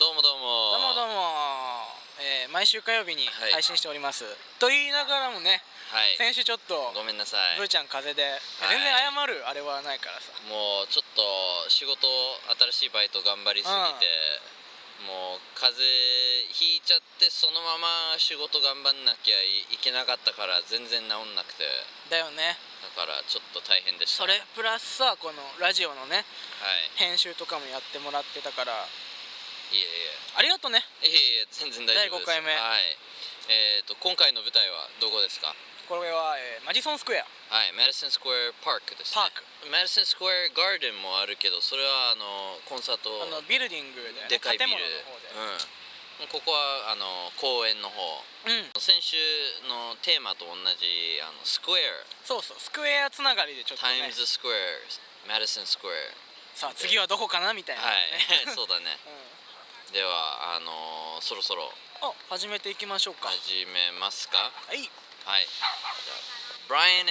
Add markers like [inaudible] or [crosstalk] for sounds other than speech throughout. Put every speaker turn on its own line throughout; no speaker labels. どうもどうも
どうもどうも、えー毎週火曜日に
はい
配信しております、と言いながらもね
はい
先週ちょっと、
ごめんなさい
ブーちゃん風邪で全然謝るあれはないからさ
もうちょっと仕事新しいバイト頑張りすぎてもう風邪ひいちゃってそのまま仕事頑張んなきゃいけなかったから全然治んなくて
だよね
だからちょっと大変でした
それプラスさこのラジオのね
はい
編集とかもやってもらってたから
いえい
ありがとうね
えいえいえ全然大丈夫です
第五回目
はいえー、と今回の舞台はどこですか
これは、えーマジソンスクエア
はい、マディソンスクエアパークですね
パーク
マディソンスクエアガーデンもあるけどそれはあのコンサート
あのビルディングで,、ね、
でかいビル
建物
う
の方で、
ん、ここはあの公園の方
うん、
先週のテーマと同じあのスクエ
そうそうスクエアつながりでちょっ
ア
と、
タイ
ね
ム、ズスクエアマディソンスクエ
さあ次はどこかなみたい
アは
な、ね [laughs]
い [laughs] そうだねではあのそろそろ
うん、お始めていきましょうか、は
始めますか
い、
はいブライアン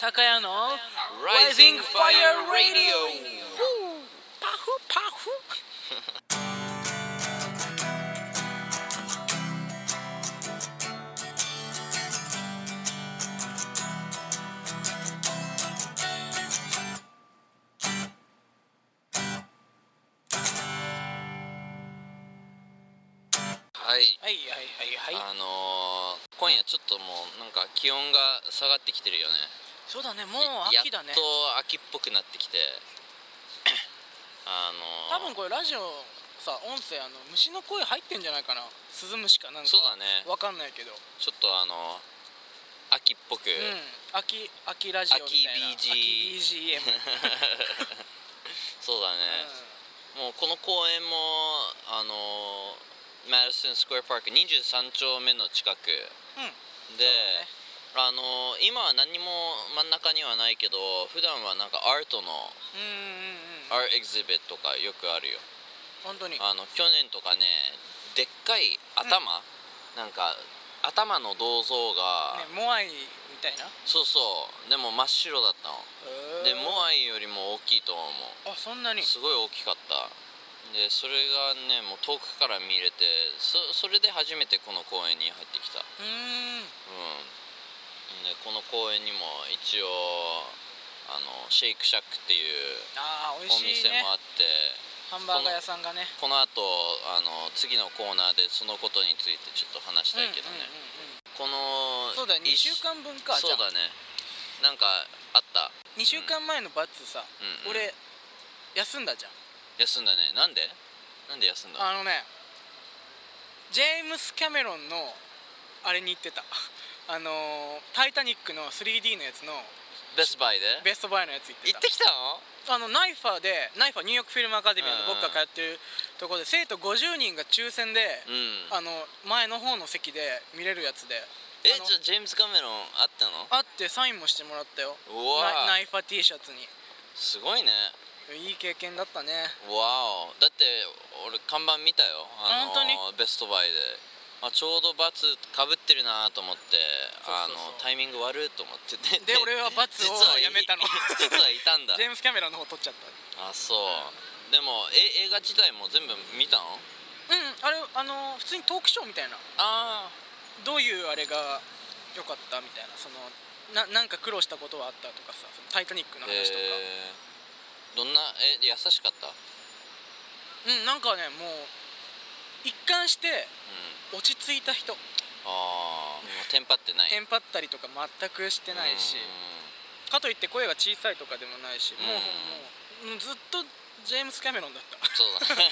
高屋の
Rising Fire Radio
ふうパフパフ
はい
はいはいはいはい
あのー今夜ちょっともうなんか気温が下がってきてるよね
そうだねもう秋だね
やっと秋っぽくなってきてあのー
多分これラジオさ音声あの虫の声入ってんじゃないかなスズムシかなんか
そうだね
わかんないけど
ちょっとあの秋っぽく、
うん秋秋ラジオみたいな
秋 BG [laughs]
秋
[laughs]
BGM
そうだね、もうこの公園もあのマディソン・スクエア・パーク23丁目の近く
うん、うん
で、あの今は何も真ん中にはないけど普段はなんかアートの
うんうんうん
アートエグゼビットとかよくあるよ
本当に
あの去年とかねでっかい頭、なんか頭の銅像が、
ねモアイみたいな
そうそうでも真っ白だったのでモ
ア
アイよりも大きいと思う
イあそんなに
すごい大きかったでそれがねもう遠くから見れてそそれで初めてこの公園に入ってきた
うーん
うんでこの公園にも一応あのシェイクシャックっていう
あー美味
お
しい
店
ね
もあって
ハンバーガー屋さんがね
この後あの次のコーナーでそのことについてちょっと話したいけど
うんうん
ね、
うんうん
この
そうだ2週
一
間分か
そう
じゃあ
だねなんかあった
2週間前のバッツさ、
うんうん
俺休んだじゃん
休んだねなんでなんで休んだ
あのねジェームス・キャメロンのあれに行ってた [laughs] あのータイタニック」の 3D のやつの
ベストバイで
ベストバイのやつ行って
行
た
ってきたの
あのナイファーでナイファーニューヨークフィルムアカデミーの
うん
僕が通ってるところで生徒50人が抽選で、
うん
あの前の方の席で見れるやつで
え
あの
じゃあジェームズ・カメロン会ったの
会ってサインもしてもらったよ
うわ
ナナイファー T シャツに
すごいね
いい経験だったね
わおだって俺看板見たよあの
本当に
ベストバイであちょうどバツかぶってるなと思って
そうそうそう
あのタイミング悪いと思ってて
で俺はバツを
実はい
やめたの
[laughs] 実はいた
[laughs]
んだ
ジェームス・キャメロンの方撮っちゃった
あそう、でもえ映画自体も全部見たの
うんあれあの普通にトークショーみたいな
ああ
どういうあれが良かったみたいなそのななんか苦労したことはあったとかさ「そのタイタニック」の
え
話とか、
ーどんなえ優しかったうん
うんなんかねもう一貫して落ち着いた人
ああもうテンパってない
テンパったりとか全くしてないし
う
かといって声が小さいとかでもないしもう
うん
もうもうずっとジェームス・キャメロンだった
んそうだ
[laughs]
ね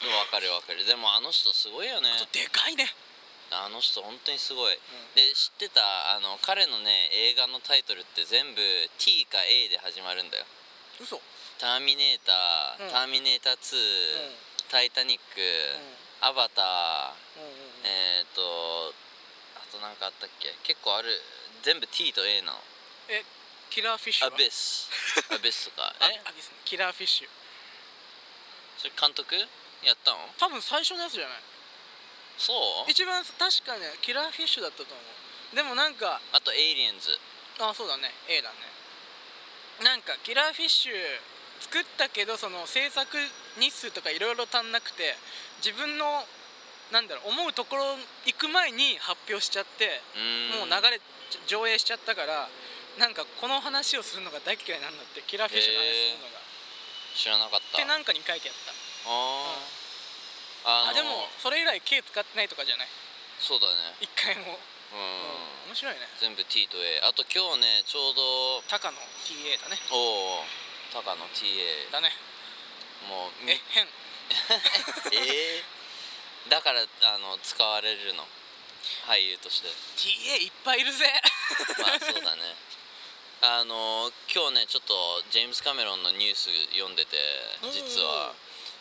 でも分かる分かるでもあの人すごいよね
あとでかいね
あの人本当にすごい、で知ってたあの彼のね映画のタイトルって全部 T か A で始まるんだよ
嘘
「ターミネーター」
うん
ターミネーター2」
ん
タイタニック」アバター」
うんうんうん
えっ、ー、とあとなんかあったっけ結構ある全部 T と A なの
えキラーフィッ
「
シュ
ア
は
ビス」「アビス」と
[laughs]
か
あ
え
あですねキラーフィッシュ
それ監督やったの
多分最初のやつじゃない
そう
一番確かねキラーフィッシュだったと思うでもなんか
あと「エイリエンズ
あそうだね A だねなんかキラーフィッシュ作ったけどその制作日数とかいろいろ足んなくて自分のなんだろう思うところ行く前に発表しちゃってもう流れ上映しちゃったからなんかこの話をするのが大嫌いなんだってキラーフィッシュの話するのが
知らなかっ
って
た
なんかに書いてあった
あ
あ
ああの
でもそれ以来 K 使ってないとかじゃない
そうだね
一回も、
うん
面白いね
全部 T と A あと今日ねちょうど
高野 TA だね
おお高の TA
だね
もうみ
え変
[laughs] えーだからあの使われるの俳優として
TA いっぱいいるぜ
まあそうだねあの今日ねちょっとジェームス・カメロンのニュース読んでて実は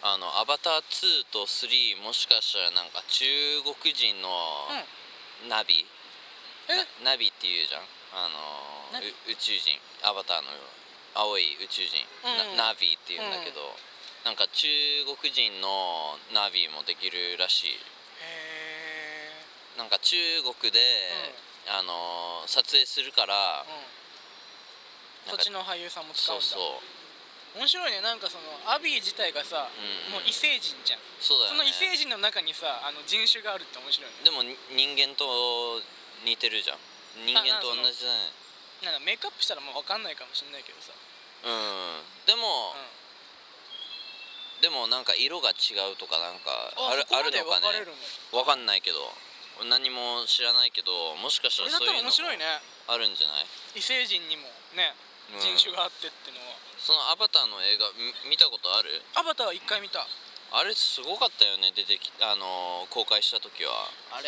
あの「アバター2」と「3」もしかしたらなんか中国人の
うん
ナビ、
え
なナビっていうじゃんあの
ナビ
う宇宙人アバターの青い宇宙人、
うん
なナビっていうんだけど、なんか中国人のナビもできるらしい
へえ
なんか中国で、あの撮影するから、
そ
なん
っ
か
ちの俳優さんも使う
そ
ん
うそ
だ
う
面白いねなんかそのアビー自体がさ、
うん
もう異星人じゃん、
そうだ
そ
よ
の
ね
異星人の中にさあの人種があるって面白いね
でもに人間と似てるじゃん人間と同じだね
なんかメイクアップしたらもう分かんないかもしんないけどさ、
うんでも、
う
でもなんか色が違うとかなんか
ん、
ある
そ
あ
こま
る
で
のか
分かれ
ね
るんだ
わかんないけど何も知らないけどもしかした
こ
ら
れだっ
そう
たら
いうの
面
も
白いね
あるんじゃない
異星人にもね
うん
人種があってってのは、
そのアバターの映画み見たことある
アバターは一回見た
あれすごかったよね出てきあのー公開した時は
あれ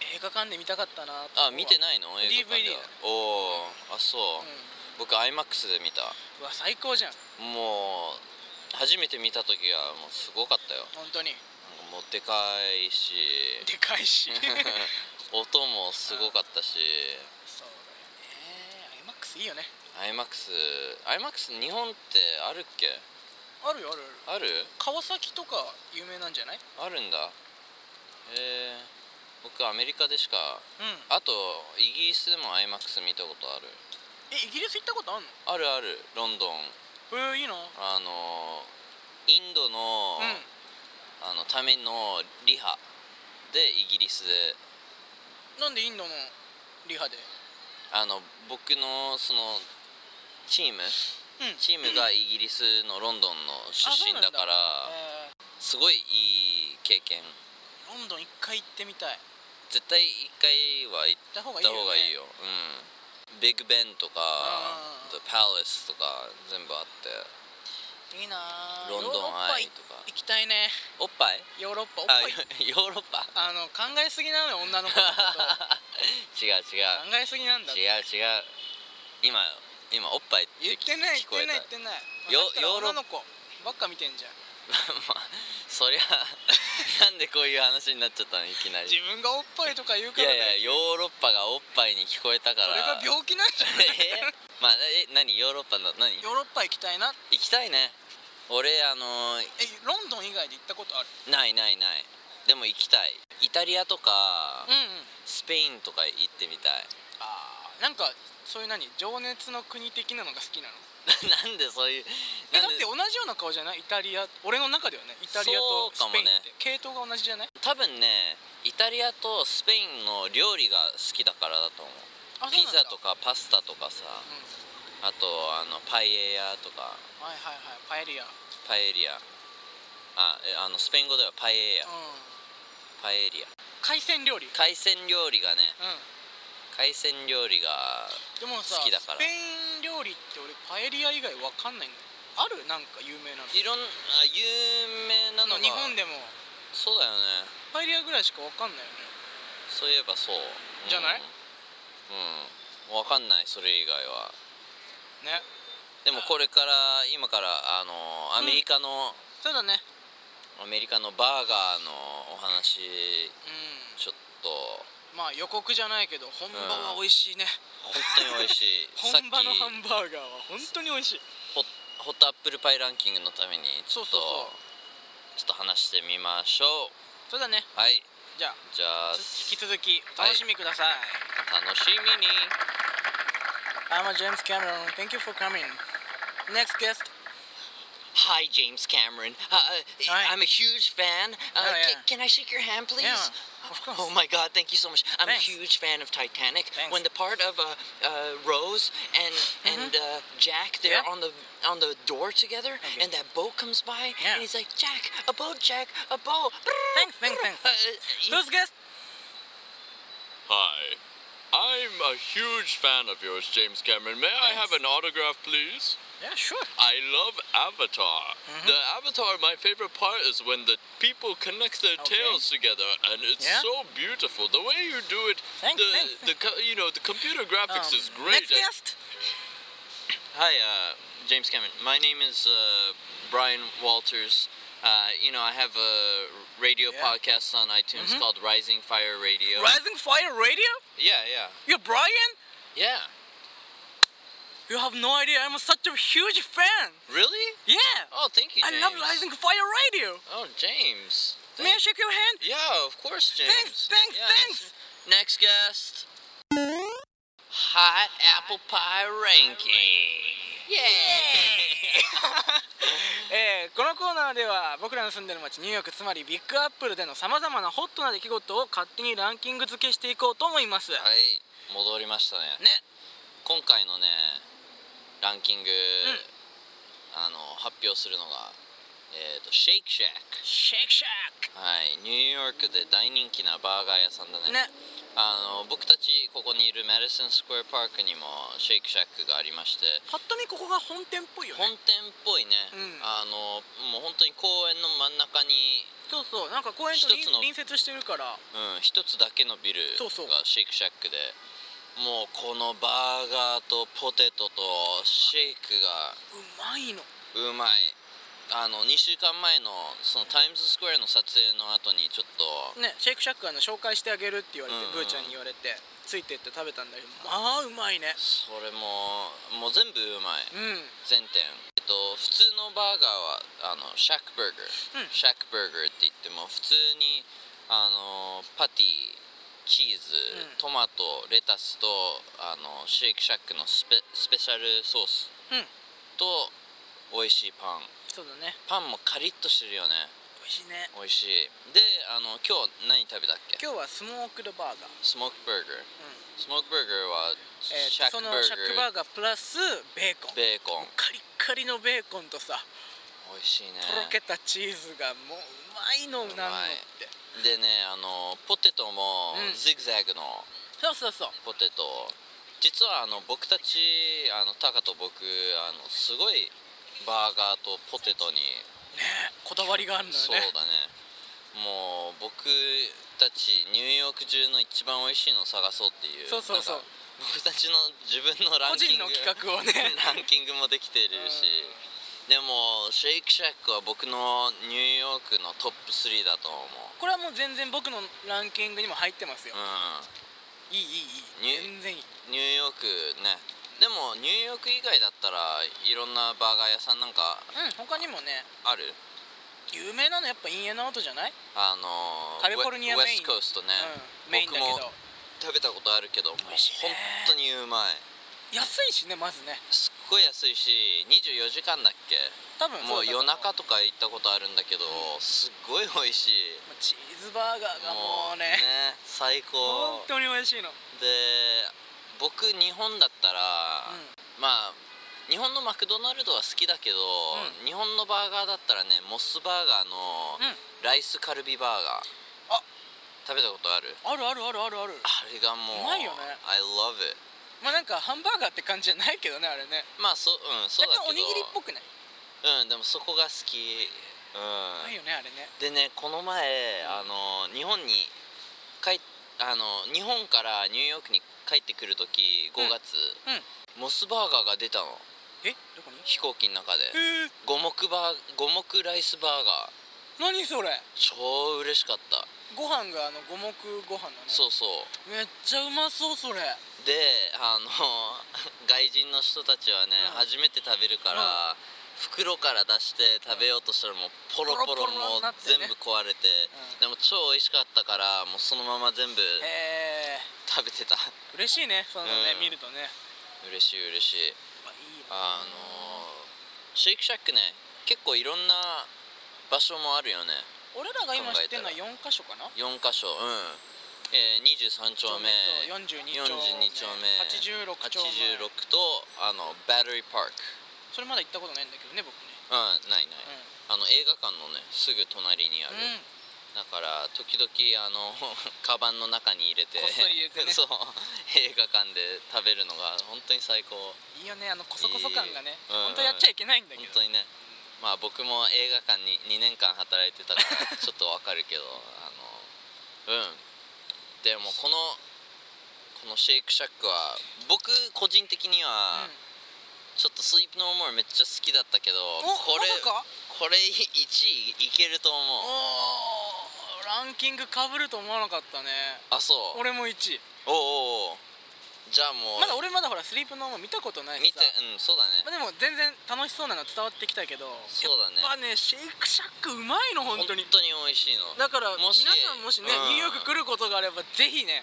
映画館で見たかったな
あ見て
い、
ないの映画館では
DVD だ
おおあそうう、
ん
僕 IMAX で見た
うわ最高じゃん
もう初めて見た時はもうすごかったよ
本当に
なんかもうでかいし
でか
[laughs]
いしそうだよね
音もすごかったし
アイマックスいいよね
IMAXIMAX 日本ってあるっけ
あるよあるある
ある
川崎とか有名なんじゃない
あるんだえー、僕アメリカでしか
うん
あとイギリスでも IMAX 見たことある
えイギリス行ったことあんの
あるあるロンドン
えー、いいなう
あのインドの,、
ん
あのためのリハでイギリスで
なんでインドのリハで
あの僕のそのチーム
うん
チームがイギリスのロンドンの出身だから
え
すごいいい経験
ー、ロンドン一回行ってみたい行っ
絶対一回は行った
方がいい
た
よ、ね、
方がいいようんビッグベンとか
あー
The Palace とか全部あって
いいなー
ロンドンアイとか
ヨーロッパ行きたいね
おっぱい
ヨーロッパおっ
あ [laughs]
ぱい [laughs]
ヨヨーロッパ
あの考えすぎなのよ女の [laughs] 子のこと
[laughs] 違う違う
考えすぎなんだって
違う違う今今おっぱいって
言
聞
ってない
聞
言っ
こえ
てない
た
言ってない
よ
さっきから
ヨーロッ
女の子ばっか見てんじゃん
[laughs] まあそりゃ [laughs] なんでこういう話になっちゃったのいきなり
自分がおっぱいとか言う
い
から
や
だよ
いやヨーロッパがおっぱいに聞こえたか
それ
ら
が病気なんじゃない
[laughs] え [laughs] まあえ何ヨーロッパの何行
[laughs] ヨーロッパ行きたいな
きたいね俺あの
えロンドン以外で行ったことある
ないないないでも行きたいイタリアとか
うんうん
スペインとか行ってみたい
あーなんかそういう何情熱の国的なのが好きなの
なんでそういう [laughs]
え
な
だ
ん
っ
で
て同じような顔じゃないイタリア俺の中ではねイタリアとス
そうかも
ペイン
ね
って、系統が同じじゃない
多分ねイタリアとスペインの料理が好きだからだと思う
あ
ピザと
か、
かパスタとかさ
うん、
あとあのパイエアとか
はいはいはいパエリア、うん、
パエリアあえあのスペイン語ではパエアパエリア
海鮮料理、うん、
海鮮料理がね
で
海鮮料理が
もさ
好きだから
スペイン料理って俺パエリア以外わかんないんだよあるなんか有名なの
いろんあ有名なのが
日本でも
そうだよね
パエリアぐらいしかわかんないよね
そういえばそう、うん
じゃない
うんわかんないそれ以外は
ね
でもこれから今からあのアメリカの、
そうだね
アメリカのバーガーのお話
う
ちょっと
んまあ予告じゃないけど本場は美味しいね、
本当に美味しいさっき
[laughs] 本場のハンバーガーは本当に美味しい
ホホットアップルパイランキングのためにちょっと
そうそう
ちょっと話してみましょう
そうだね
はい
じゃあ
じゃあ
引き続きお楽しみください、
楽しみに
I'm James Cameron. Thank you for coming. Next guest.
Hi, James Cameron. Uh, uh,
Hi.
I'm a huge fan. Uh,
Oh, yeah.
ca- can I shake your hand, please?
Yeah, of course.
Oh my God! Thank you so much. I'm
Thanks.
a huge fan of Titanic.
Thanks. Mm-hmm.
When the part of uh, uh, Rose and and uh, Jack they're
Yeah.
on the on the door together, and that boat comes by,
Yeah.
and he's like, "Jack, a boat, Jack, a boat."
Thanks, thanks, thanks.
Uh, uh,
Who's guest?
Hi. I'm a huge fan of yours, James Cameron. May I have an autograph, please?
Yeah, sure.
I love Avatar.
Mm-hmm.
The Avatar, my favorite part is when the people connect their
Okay.
tails together, and it's
Yeah.
so beautiful. The way you do it,
Thanks,
the
thanks,
the co- you know the computer graphics
Um,
is great.
Next guest.
Hi, uh, James Cameron. My name is uh, Brian Walters. Uh, you know, I have a radio
Yeah. Mm-hmm.
podcast on iTunes called Rising Fire Radio.
Rising Fire Radio.
Yeah, yeah,
You're Brian.
yeah.
You have no idea. I'm such a huge fan.
Really?
Yeah.
Oh, thank you.
I
James.
love Rising Fire Radio.
Oh, James.
May I
Thank-
shake your hand?
yeah, of course, James.
Thanks, thanks,
Yeah,
thanks.
Next guest. Hot apple pie ranking. Yeah.
えーこのコーナーでは僕らの住んでる街ニューヨークつまりビッグアップルでのさまざまなホットな出来事を勝手にランキング付けしていこうと思います、
[laughs] はい戻りましたね
ね
今回のねランキング、あの発表するのがえっ、とシェイクシャッ
シェイクシャ
クはいニューヨークで大人気なバーガー屋さんだ
ーク
ね
ね
あの僕たちここにいるマディソンスクエアパークにもシェイクシャックがありまして
ぱっと見ここが本店っぽいよ
本
ね
店っぽいね、
うん
あのもう本当に公園の真ん中に
そうそうなんか公園とりん
一つの
隣接してるから
うん、一つだけのビル
そうそう
がシェイクシャックでもうこのバーガーとポテトとシェイク
うまいの
がうまいあの2週間前のそのタイムズスクエアの撮影の後にちょっと
ねシェイクシャックあの紹介してあげるって言われて、
うんうん
ブーちゃんに言われてついてって食べたんだけどまあうまいね
それももう全部うまい
うんうん
全店えっと普通のバーガーはあのシャックバーガー、
うん
シャックバーガーって言っても普通にあのパティチーズ、
うん
トマトレタスとあのシェイクシャックのスペスペシャルソースと美味しいパン
そうだね
パンもカリッとしてるよね
美味しい
美味しい
ね
であの今日何食べたっけ
今日はスモークドバーガー、
スモークバーガー
うん
スモークバーガーは
えー
シャッ
そ
ク
の
バー
シャックバ
ガー
ーガープラスベーコン
ベーコン
カリッカリのベーコンとさ
美味しいね
とろけたチーズがもううまいの
まい
なんのって
でねあのポテトも
うん
ジグザグの
そうそうそう
ポテト、実はあの僕たちあのタカと僕あのすごいバーガーとポテトに、
ねこだわりがあるんだよ
そう
ね
だねもう僕たちニューヨーク中の一番美味しいのを探そうっていう
そうそう
なん
そう
か僕たちの自分のランキング
個人の企画をね
[laughs] ランキングもできてるし、でもシェイクシャックは僕のニューヨークのトップ3だと思う
これはもう全然僕のランキングにも入ってますよ、
うん
いいいいいい
ね
全然いい
ニューヨークねでもニューヨーク以外だったらいろんなバーガー屋さんなんか
うん他にもね
ある
有名なのやっぱインエナウトじゃない、
あのー
カリフォルニア
ウェ
メイ
ウェ
ン
ストコーストね、
うん、メインだけ
僕
ど
も食べたことあるけどもう
美味しい
本
ね
当にうまい
安いしねまずね
すっごい安いし24時間だっけ
多分
もう夜
まあ
中とか行ったことあるんだけどすっごい美味しい
チーズバーガーがもうね
最
本
高
当に美味しいの、
で僕日本だったら、
うん
まあ日本のマクドナルドは好きだけど、
う
日本のバーガーだったらねモスバーガーの
うん
ライスカルビバーガー、
あ
食べたことある
あるあるあるあるある
あれがもう
うまいよね
I love it
まあなんかハンバーガーって感じじゃないけどねあれね
まあそううんそう
若
だけど
干おにぎりっぽくない
うんでもそこが好きうん、
ないよねあれね
でねこの前あの日本に帰っあの日本からニューヨークに帰ってくる時5月、
うん
モスバーガーが出たの
えどこに
飛行機の中で
えー、
五目バー五目ライスバーガー
何それ
超嬉しかった
ご飯があの五目ご飯だね
そうそう
めっちゃうまそうそれ
であの [laughs] 外人の人たちはね、
うん
初めて食べるから、
う
袋から出して食べようとしたらもうポロポロ
ポロポロ
も
に
う
なって
全
ね
部壊れてで
うん
も超美味しかったからもうそのまま全部
へえ
食べてた
ー、嬉しいねそのね、
うん
見るとねやっ
嬉しい嬉しい
ぱいいよ
あのシェイクシャックね結構いろんな場所もあるよね
俺らが今知ってるのは4か所かな
4箇所うん、えー、23丁目
42丁目
42丁目
86丁
86
目
とあのバッテリーパーク
それまだ行ったことないんだけどね僕ね
うんないない、あの映画館のねすぐ隣にある、
うん
だから時々あの [laughs] カバンの中に入れて
こっそり入れて
[laughs]
ね
そう映画館で食べるのが本当に最高
いいよねあのコソコソ感がね、
いいうん
本当やっちゃいけないんだけ
本
ど
当にねまあ僕も映画館に2年間働いてたから
[laughs]
ちょっとわかるけどあのうんでもこのこのシェイクシャックは僕個人的にはちょっと「スイープノーモーめっちゃ好きだったけど
うん、お
これ
まさか
これ1位いけると思う
おーランキングかぶると思わなかったね
あそう
俺も1位
おうおうおうじゃあもう
まだ俺まだほらスリープノーマン見たことないし
見
さ
てうんそうだ
まあ、
ね
でも全然楽しそうなのは伝わってきたけど
そうだね
やっぱねシェイクシャックうまいの本当に
美味しいの
だから
もし
皆さんもしね、
うん
ニューヨーク来ることがあればぜひね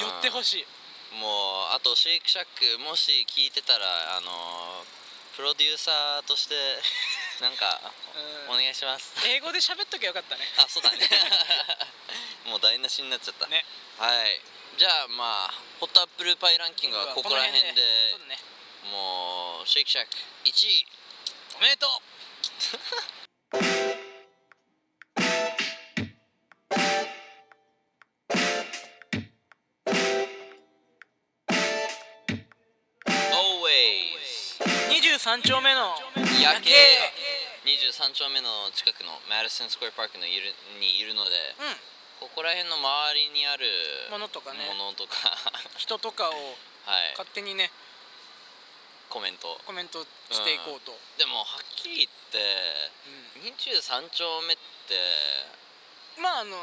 寄ってほ
しい
しい
もうあとシェイクシャックもし聞いてたらあのープロデューサーとして [laughs] なんか
うん
お願いします
英語で喋っときゃよかったね
あそうだ [laughs] ねもう台無しになっちゃった、
ね
はいじゃあまあホットアップルパイランキングはここら辺で
そうだね
もうシェイクシャック1位
おめでとう
Always
23丁目の
夜景
夜
23丁目の近くのマディソンスクエアパークのいるにいるので
う
ここら辺の周りにある
んものとかね
ものとか [laughs]
人とかを
はい
勝手にね
コメント
コメントしていこうと、
でもはっきり言って23丁目って
[laughs] うんまああの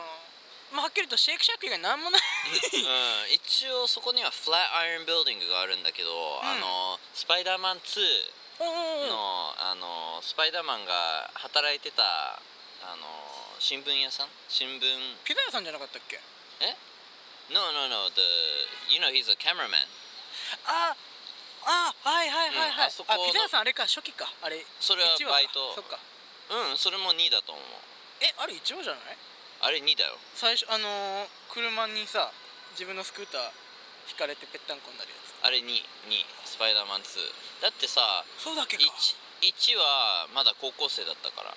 まあはっきりとシェイクシャック以外なんもない
う
[laughs]
ん一応そこにはフラットアイアンビルディングがあるんだけど、あのスパイダーマン2
おうおうおう
のあのスパイダーマンが働いてたあの新聞屋さん新聞
ピザ屋さんじゃなかったっけ
No no no the you know he's a cameraman
ああはいはいはいはい、
うんあそこの
ピザ屋さんあれか初期かあれ
それは
一話か
バイト
そっか
うんそれも2だと思う
えあれ一応じゃない
あれ2だよ
最初あのー、車にさ自分のスクーター引かれてぺったんこになるや
あれ22スパイダーマン2だってさ
つそうだっけ
1, 1はまだ高校生だったから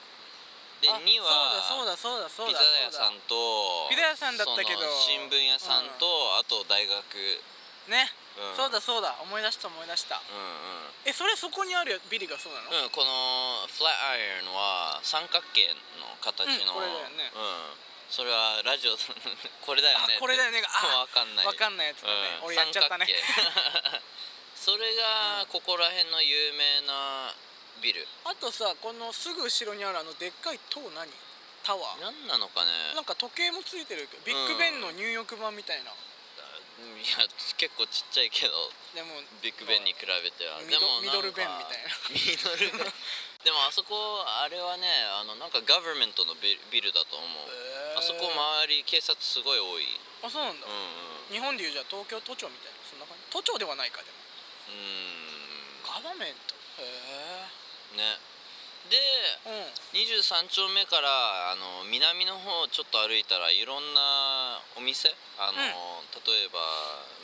で
あ
2は
そうだそうだそうだそうだ
ピザ屋さんと
ピザ屋さんだったけど
その新聞屋さんと、あと大学
ね、
うん
そうだそうだ思い出した思い出した
うんうん
えそれそこにあるビリがそうなの、
うん、このフラットアイアンは三角形の形の、
うんこれだよね
うんそれはラジオ [laughs] これだよね
あこれだよねがあ
[laughs] 分かんない
わかんないやつだね
うん
俺やっちゃったね
三角形
[laughs]
それがここら辺の有名なビル
あとさこのすぐ後ろにあるあのでっかい塔何タワー
何なのかね
なんか時計もついてるけどビッグベンの入浴版みたいな、
いや結構ちっちゃいけど
でも
ビッグベンに比べては
ミ
で
ド
もなんか
ミドルベンみたいな
ミドルベン
[laughs]
でもあそこあれはねあのなんかガバメントのビルビルだと思う、
へー
あそこ周り警察すごい多い
あそうなんだ、
うんうん
日本でいうじゃあ東京都庁みたいなそんな感じ都庁ではないかでも
うー
ガバメントへ
んねで
えうん
23丁目からあの南の方ちょっと歩いたらいろんなお店あの、
うん
例えば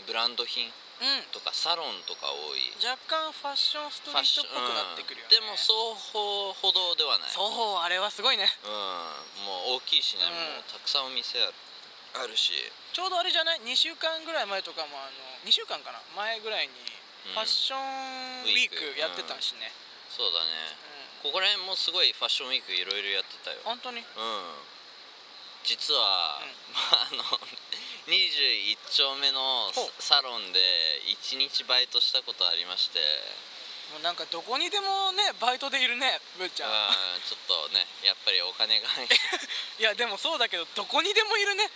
ブランド品
うん
とかサロンとか多い
若干ファッションストリートっぽくなってくるよね、
うんでも双方歩道ではない
双方あれはすごいね
うんもう大きいしね、
うん
もうたくさんお店あるあるし
ちょうどあれじゃない2週間ぐらい前とかもあの2週間かな前ぐらいに
うん
ファッションウィークやってたしね、
そうだね
う
ここら辺もすごいファッションウィークいろいろやってたよ
ん、本当に
うん実は、
うん
まあ、あの21丁目の
ほう
サロンで1日バイトしたことありまして
もうなんかどこにでもねバイトでいるねブーち
う
ゃん
んちょっ
[laughs]
とねやっぱりお金が
いやでもそうだけどどこにでもいるね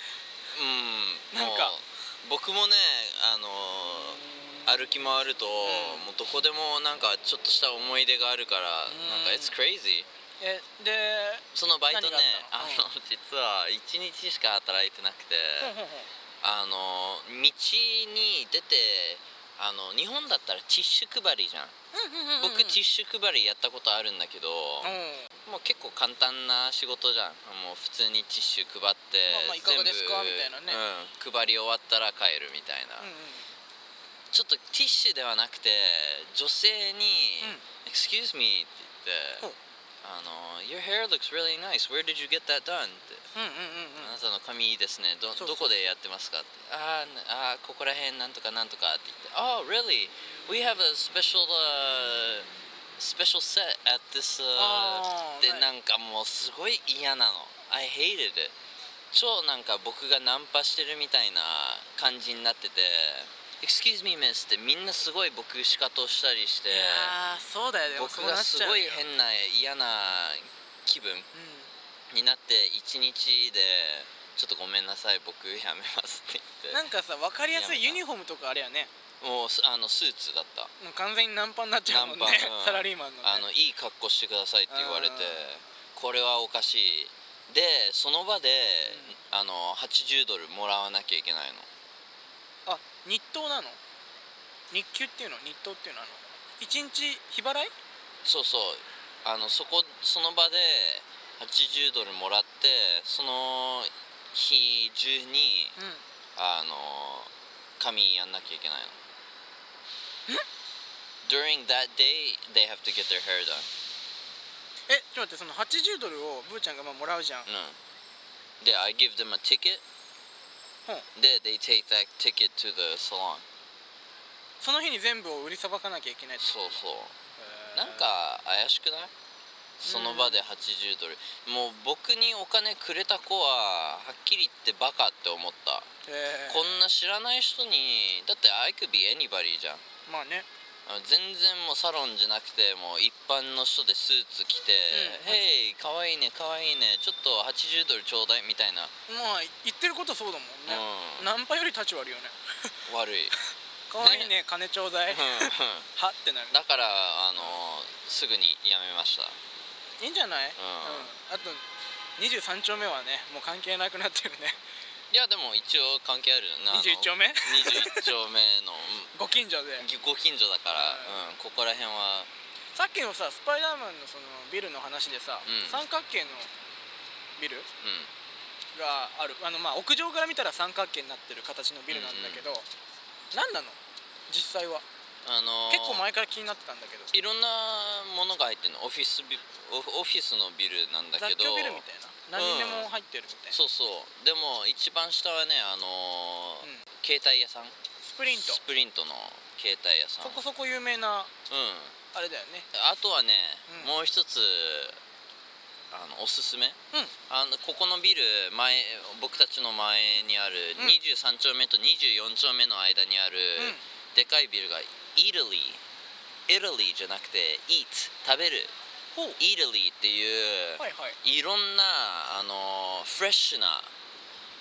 うん
なんか
もう僕もねあの歩き回ると、もうどこでもなんかちょっとした思い出があるから、なんか「It's crazy」
えで
そのバイトね
何があ
あ
ったの
の実は1日しか働いてなくて、
ほんほんほん
あの道に出てあの日本だったらティッシュ配りじゃん僕ティッシュ配りやったことあるんだけどもう結構簡単な仕事じゃんもう普通にティッシュ配って
まあまあいかがですか
全部
みたいなね
うん配り終わったら帰るみたいな、ちょっとティッシュではなくて女性に「
うん
Excuse me」って言
ほ
って
う
「あの Your hair looks really nice Where did you get that done?」って「あなたの髪いいですねど
そうそう
どこでやってますか?」って「あーなあーここら辺なんとかなんとか」って言って「Oh really? We have a special、uh, special set at this、
あ
uh,
ー
で
はい
なんかもうすごい嫌なの「I hated it」超なんか僕がナンパしてるみたいな感じになってて「Excuse me miss」ってみんなすごい僕仕方したりして
いやーそうだよね
僕
そう
が
なっ
す
ちゃう
ごい
よ
変な嫌な気分になって1日で「ちょっとごめんなさい僕やめます」って
う
言
ん
っ
なんかさ分かりやすいユニフォームとかあれやね
てもうすあのスーツだった
もう完全にナンパになっちゃうもんね
ナンパうん
[laughs] サラリーマンのね
あのいい格好してくださいって言われて
うん
これはおかしいでその場で、あの80ドルもらわなきゃいけないの
あ日当なの日給っていうの日当っていうのあの一日日払い
そうそうあのそこその場で80ドルもらってその日中に
うん
あの髪やんなきゃいけないの During that day they have to get their hair done
えちょっと待ってその80ドルをブーちゃんがまあもらうじゃん、
うんで I give them a ticket
ほう
で they take that ticket to the salon
その日に全部を売りさばかなきゃいけないって
そうそう
へー
なんか怪しくないその場で80ドル、もう僕にお金くれた子ははっきり言ってバカって思った、
へー
こんな知らない人にだって I could be anybody じゃん
まあね
あの全然もうサロンじゃなくてもう一般の人でスーツ着て「
うん
Hey かわいいねかわいいねちょっと80ドルちょうだい」みたいな、
まあ言ってることそうだもんね、
うん
ナンパより立ち悪いよね
悪い
かわいいね金ちょうだい
うんうん
はってなる
だからあのすぐにやめました
いいんじゃない、う
ん
んあと23丁目はねもう関係なくなってるね
いやでも一応関係あるよなあの
21丁目
21丁目の
ご近所で
ご近所だから、うん、ここら辺は
さっきのさスパイダーマンのそのビルの話で
う
さ、
ん
三角形のビ
うん
ルがあるあのまあ屋上から見たら三角形になってる形のビルなんだけど、何なの実際は
あの
結構前から気になってたんだけど
いろんなものが入ってるのオフィスビオフオフィスのビルなんだ
雑
けど
居ビルみたいな何にでも入ってるみたいな、
そうそうでも一番下はねあのー
うん
携帯屋さん
スプリント
スプリントの携帯屋さん
そこそこ有名な
うん
あれだよね
あとはね、もう
うん
一つあのおすすめ、
ん
あのここのビル前僕たちの前にある
うん
23丁目と24丁目の間にある、
うん
でかいビルが「イタリー」「イタリー」じゃなくて「eat」食べる
ほう
「イタリー」っていう、
はいはい
い、ろんなあのフレッシュな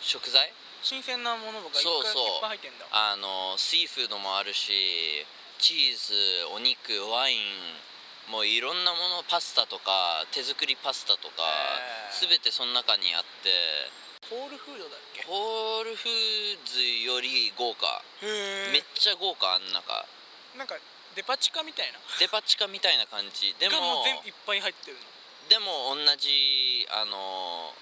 食材
新鮮なものがいっぱい
そうそう
いっぱい入ってんだ
あのシーフードもあるしチーズお肉ワインもういろんなものパスタとか手作りパスタとか
へー
全てその中にあって
ホールフードだっけ
ホールフーズより豪華
へ
めっちゃ豪華あん中
えなんかデパ地下みたいな
デパ地下みたいな感じで
がも
も
う全部いっぱい入ってる
で
の
も同じあの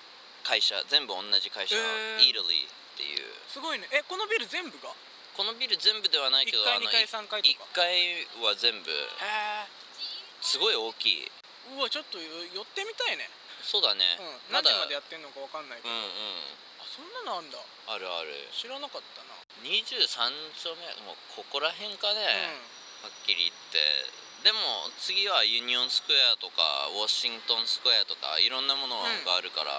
会社全部同じ会社
へー
イードリーっていう
すごいねえこのビル全部が
このビル全部ではないけど
一階
あの
二階三階とか
1階は全部
へ
すごい大きい
えうわちょっと寄ってみたいね、
そうだね、
うん、何時までやってんのかわかんない
う
けど、
んうん
あそんなのあんだ
あるある
知らなかったな、
23丁目もうここら辺かね、
うん
はっきり言ってでも次はユニオンスクエアとかウォシントンスクエアとかいろんなものがあるから、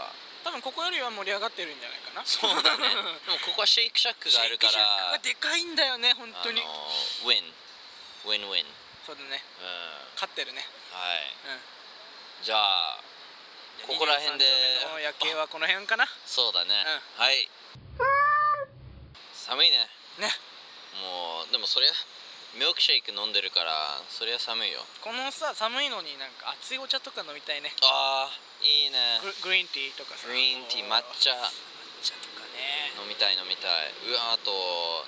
多分ここよりは盛り上がってるんじゃないかな
そうだ
[laughs]
ねでもここはシェイクシャックがあるから
がでかいんだよね本当に
あのウィンウィンウィンうん
そうだね
は
勝ってるね
いじゃあここら辺で
23丁目の夜景はこの辺かな
そうだね、
う
はい寒いね
ね
もうでもそりゃミルクシェイク飲んでるからそりゃ寒いよ
このさ寒いのになんか熱いお茶とか飲みたいね
あーいいね
ググリーンティーとかさ
グリーンティー抹
こう
茶
抹茶とかね
飲飲みたい飲みたいうわあと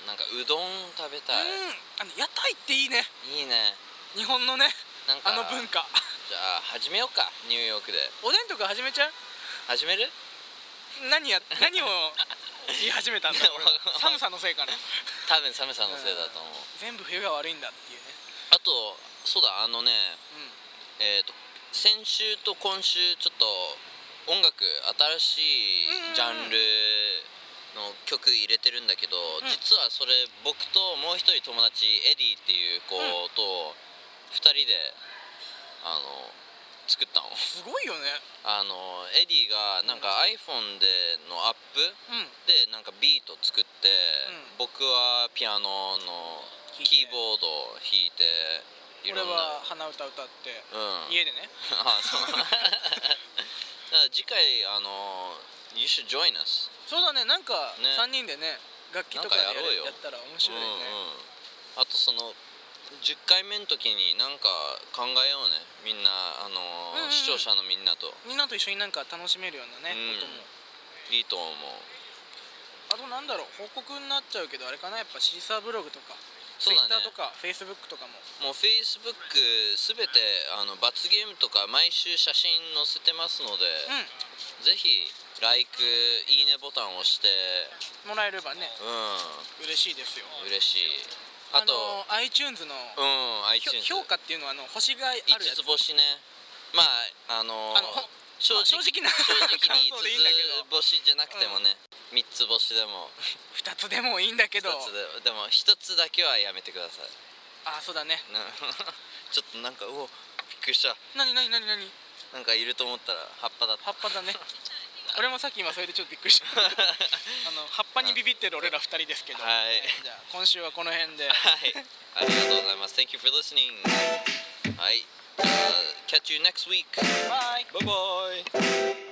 なんかうどん食べたい、
うんあの屋台っていいね
いいね
日本のね
なんか
あの文化
じゃあ始めようかニューヨークで
おでんとか始めちゃう
始める [laughs]
何や何を言い始めたんだ俺ら寒さのせいかな
多分寒さのせいだと思う、
全部冬が悪いんだっていうね
あとそうだあのねえっ、と先週と今週ちょっと音楽新し
うんうんうん
いジャンルの曲入れてるんだけど、
うん
実はそれ僕ともう一人友達エディっていう子と2人であの作ったの [laughs]
すごいよね
あのエディがなんか iPhone でのアップ
うん
でなんかビート作って、僕はピアノの
弾いて
キーボードを弾いてい
俺
ろん
は
な
鼻歌歌って
うん
家でね
あそうだから次回あの You should join us
そうだねなんか
ね
3人でね楽器とかで
なんかやろうよ
やったら面白いね
うんうんあとその10回目の時になんか考えようねみんなあの、
うんうんうん
視聴者のみんなと
みんなと一緒になんか楽しめるようなね
うん
ことも
いいと思う
あとなんだろう報告になっちゃうけどあれかなやっぱシーサーブログとか
そ
ツ
う
イッ
だ
タ
ね
ーとかフェイスブックとかも
もう Facebook すべてあの罰ゲームとか毎週写真載せてますので、
う
ぜひ LIKE いいねボタンを押して
んもらえればね
う
嬉しいですよ
ん嬉しいあと
の iTunes の
うん
ひょ
iTunes
評価っていうのはあの星があるや
5
つ
つ星ねまああの
あのほん
正直
正直な
正直に5
[laughs] 感想でいいんだけ
つ星じゃなくてもね、三3つ星でも
2つでもいいんだけ
2
ど
つででも1つだけはやめてください [laughs]
あそうだね
なちょっとなんかうおびっくりした
何何何何
なんかいると思ったら葉っぱだった
葉っぱだね
[laughs]
俺もさっき今それでちょっとびっくりしたあの葉っぱにビビってる俺ら2人ですけど、
はい
じゃあ今週はこの辺で
はいありがとうございます Thank you for listening はいじゃあ Catch you next week
バイ
バイバイ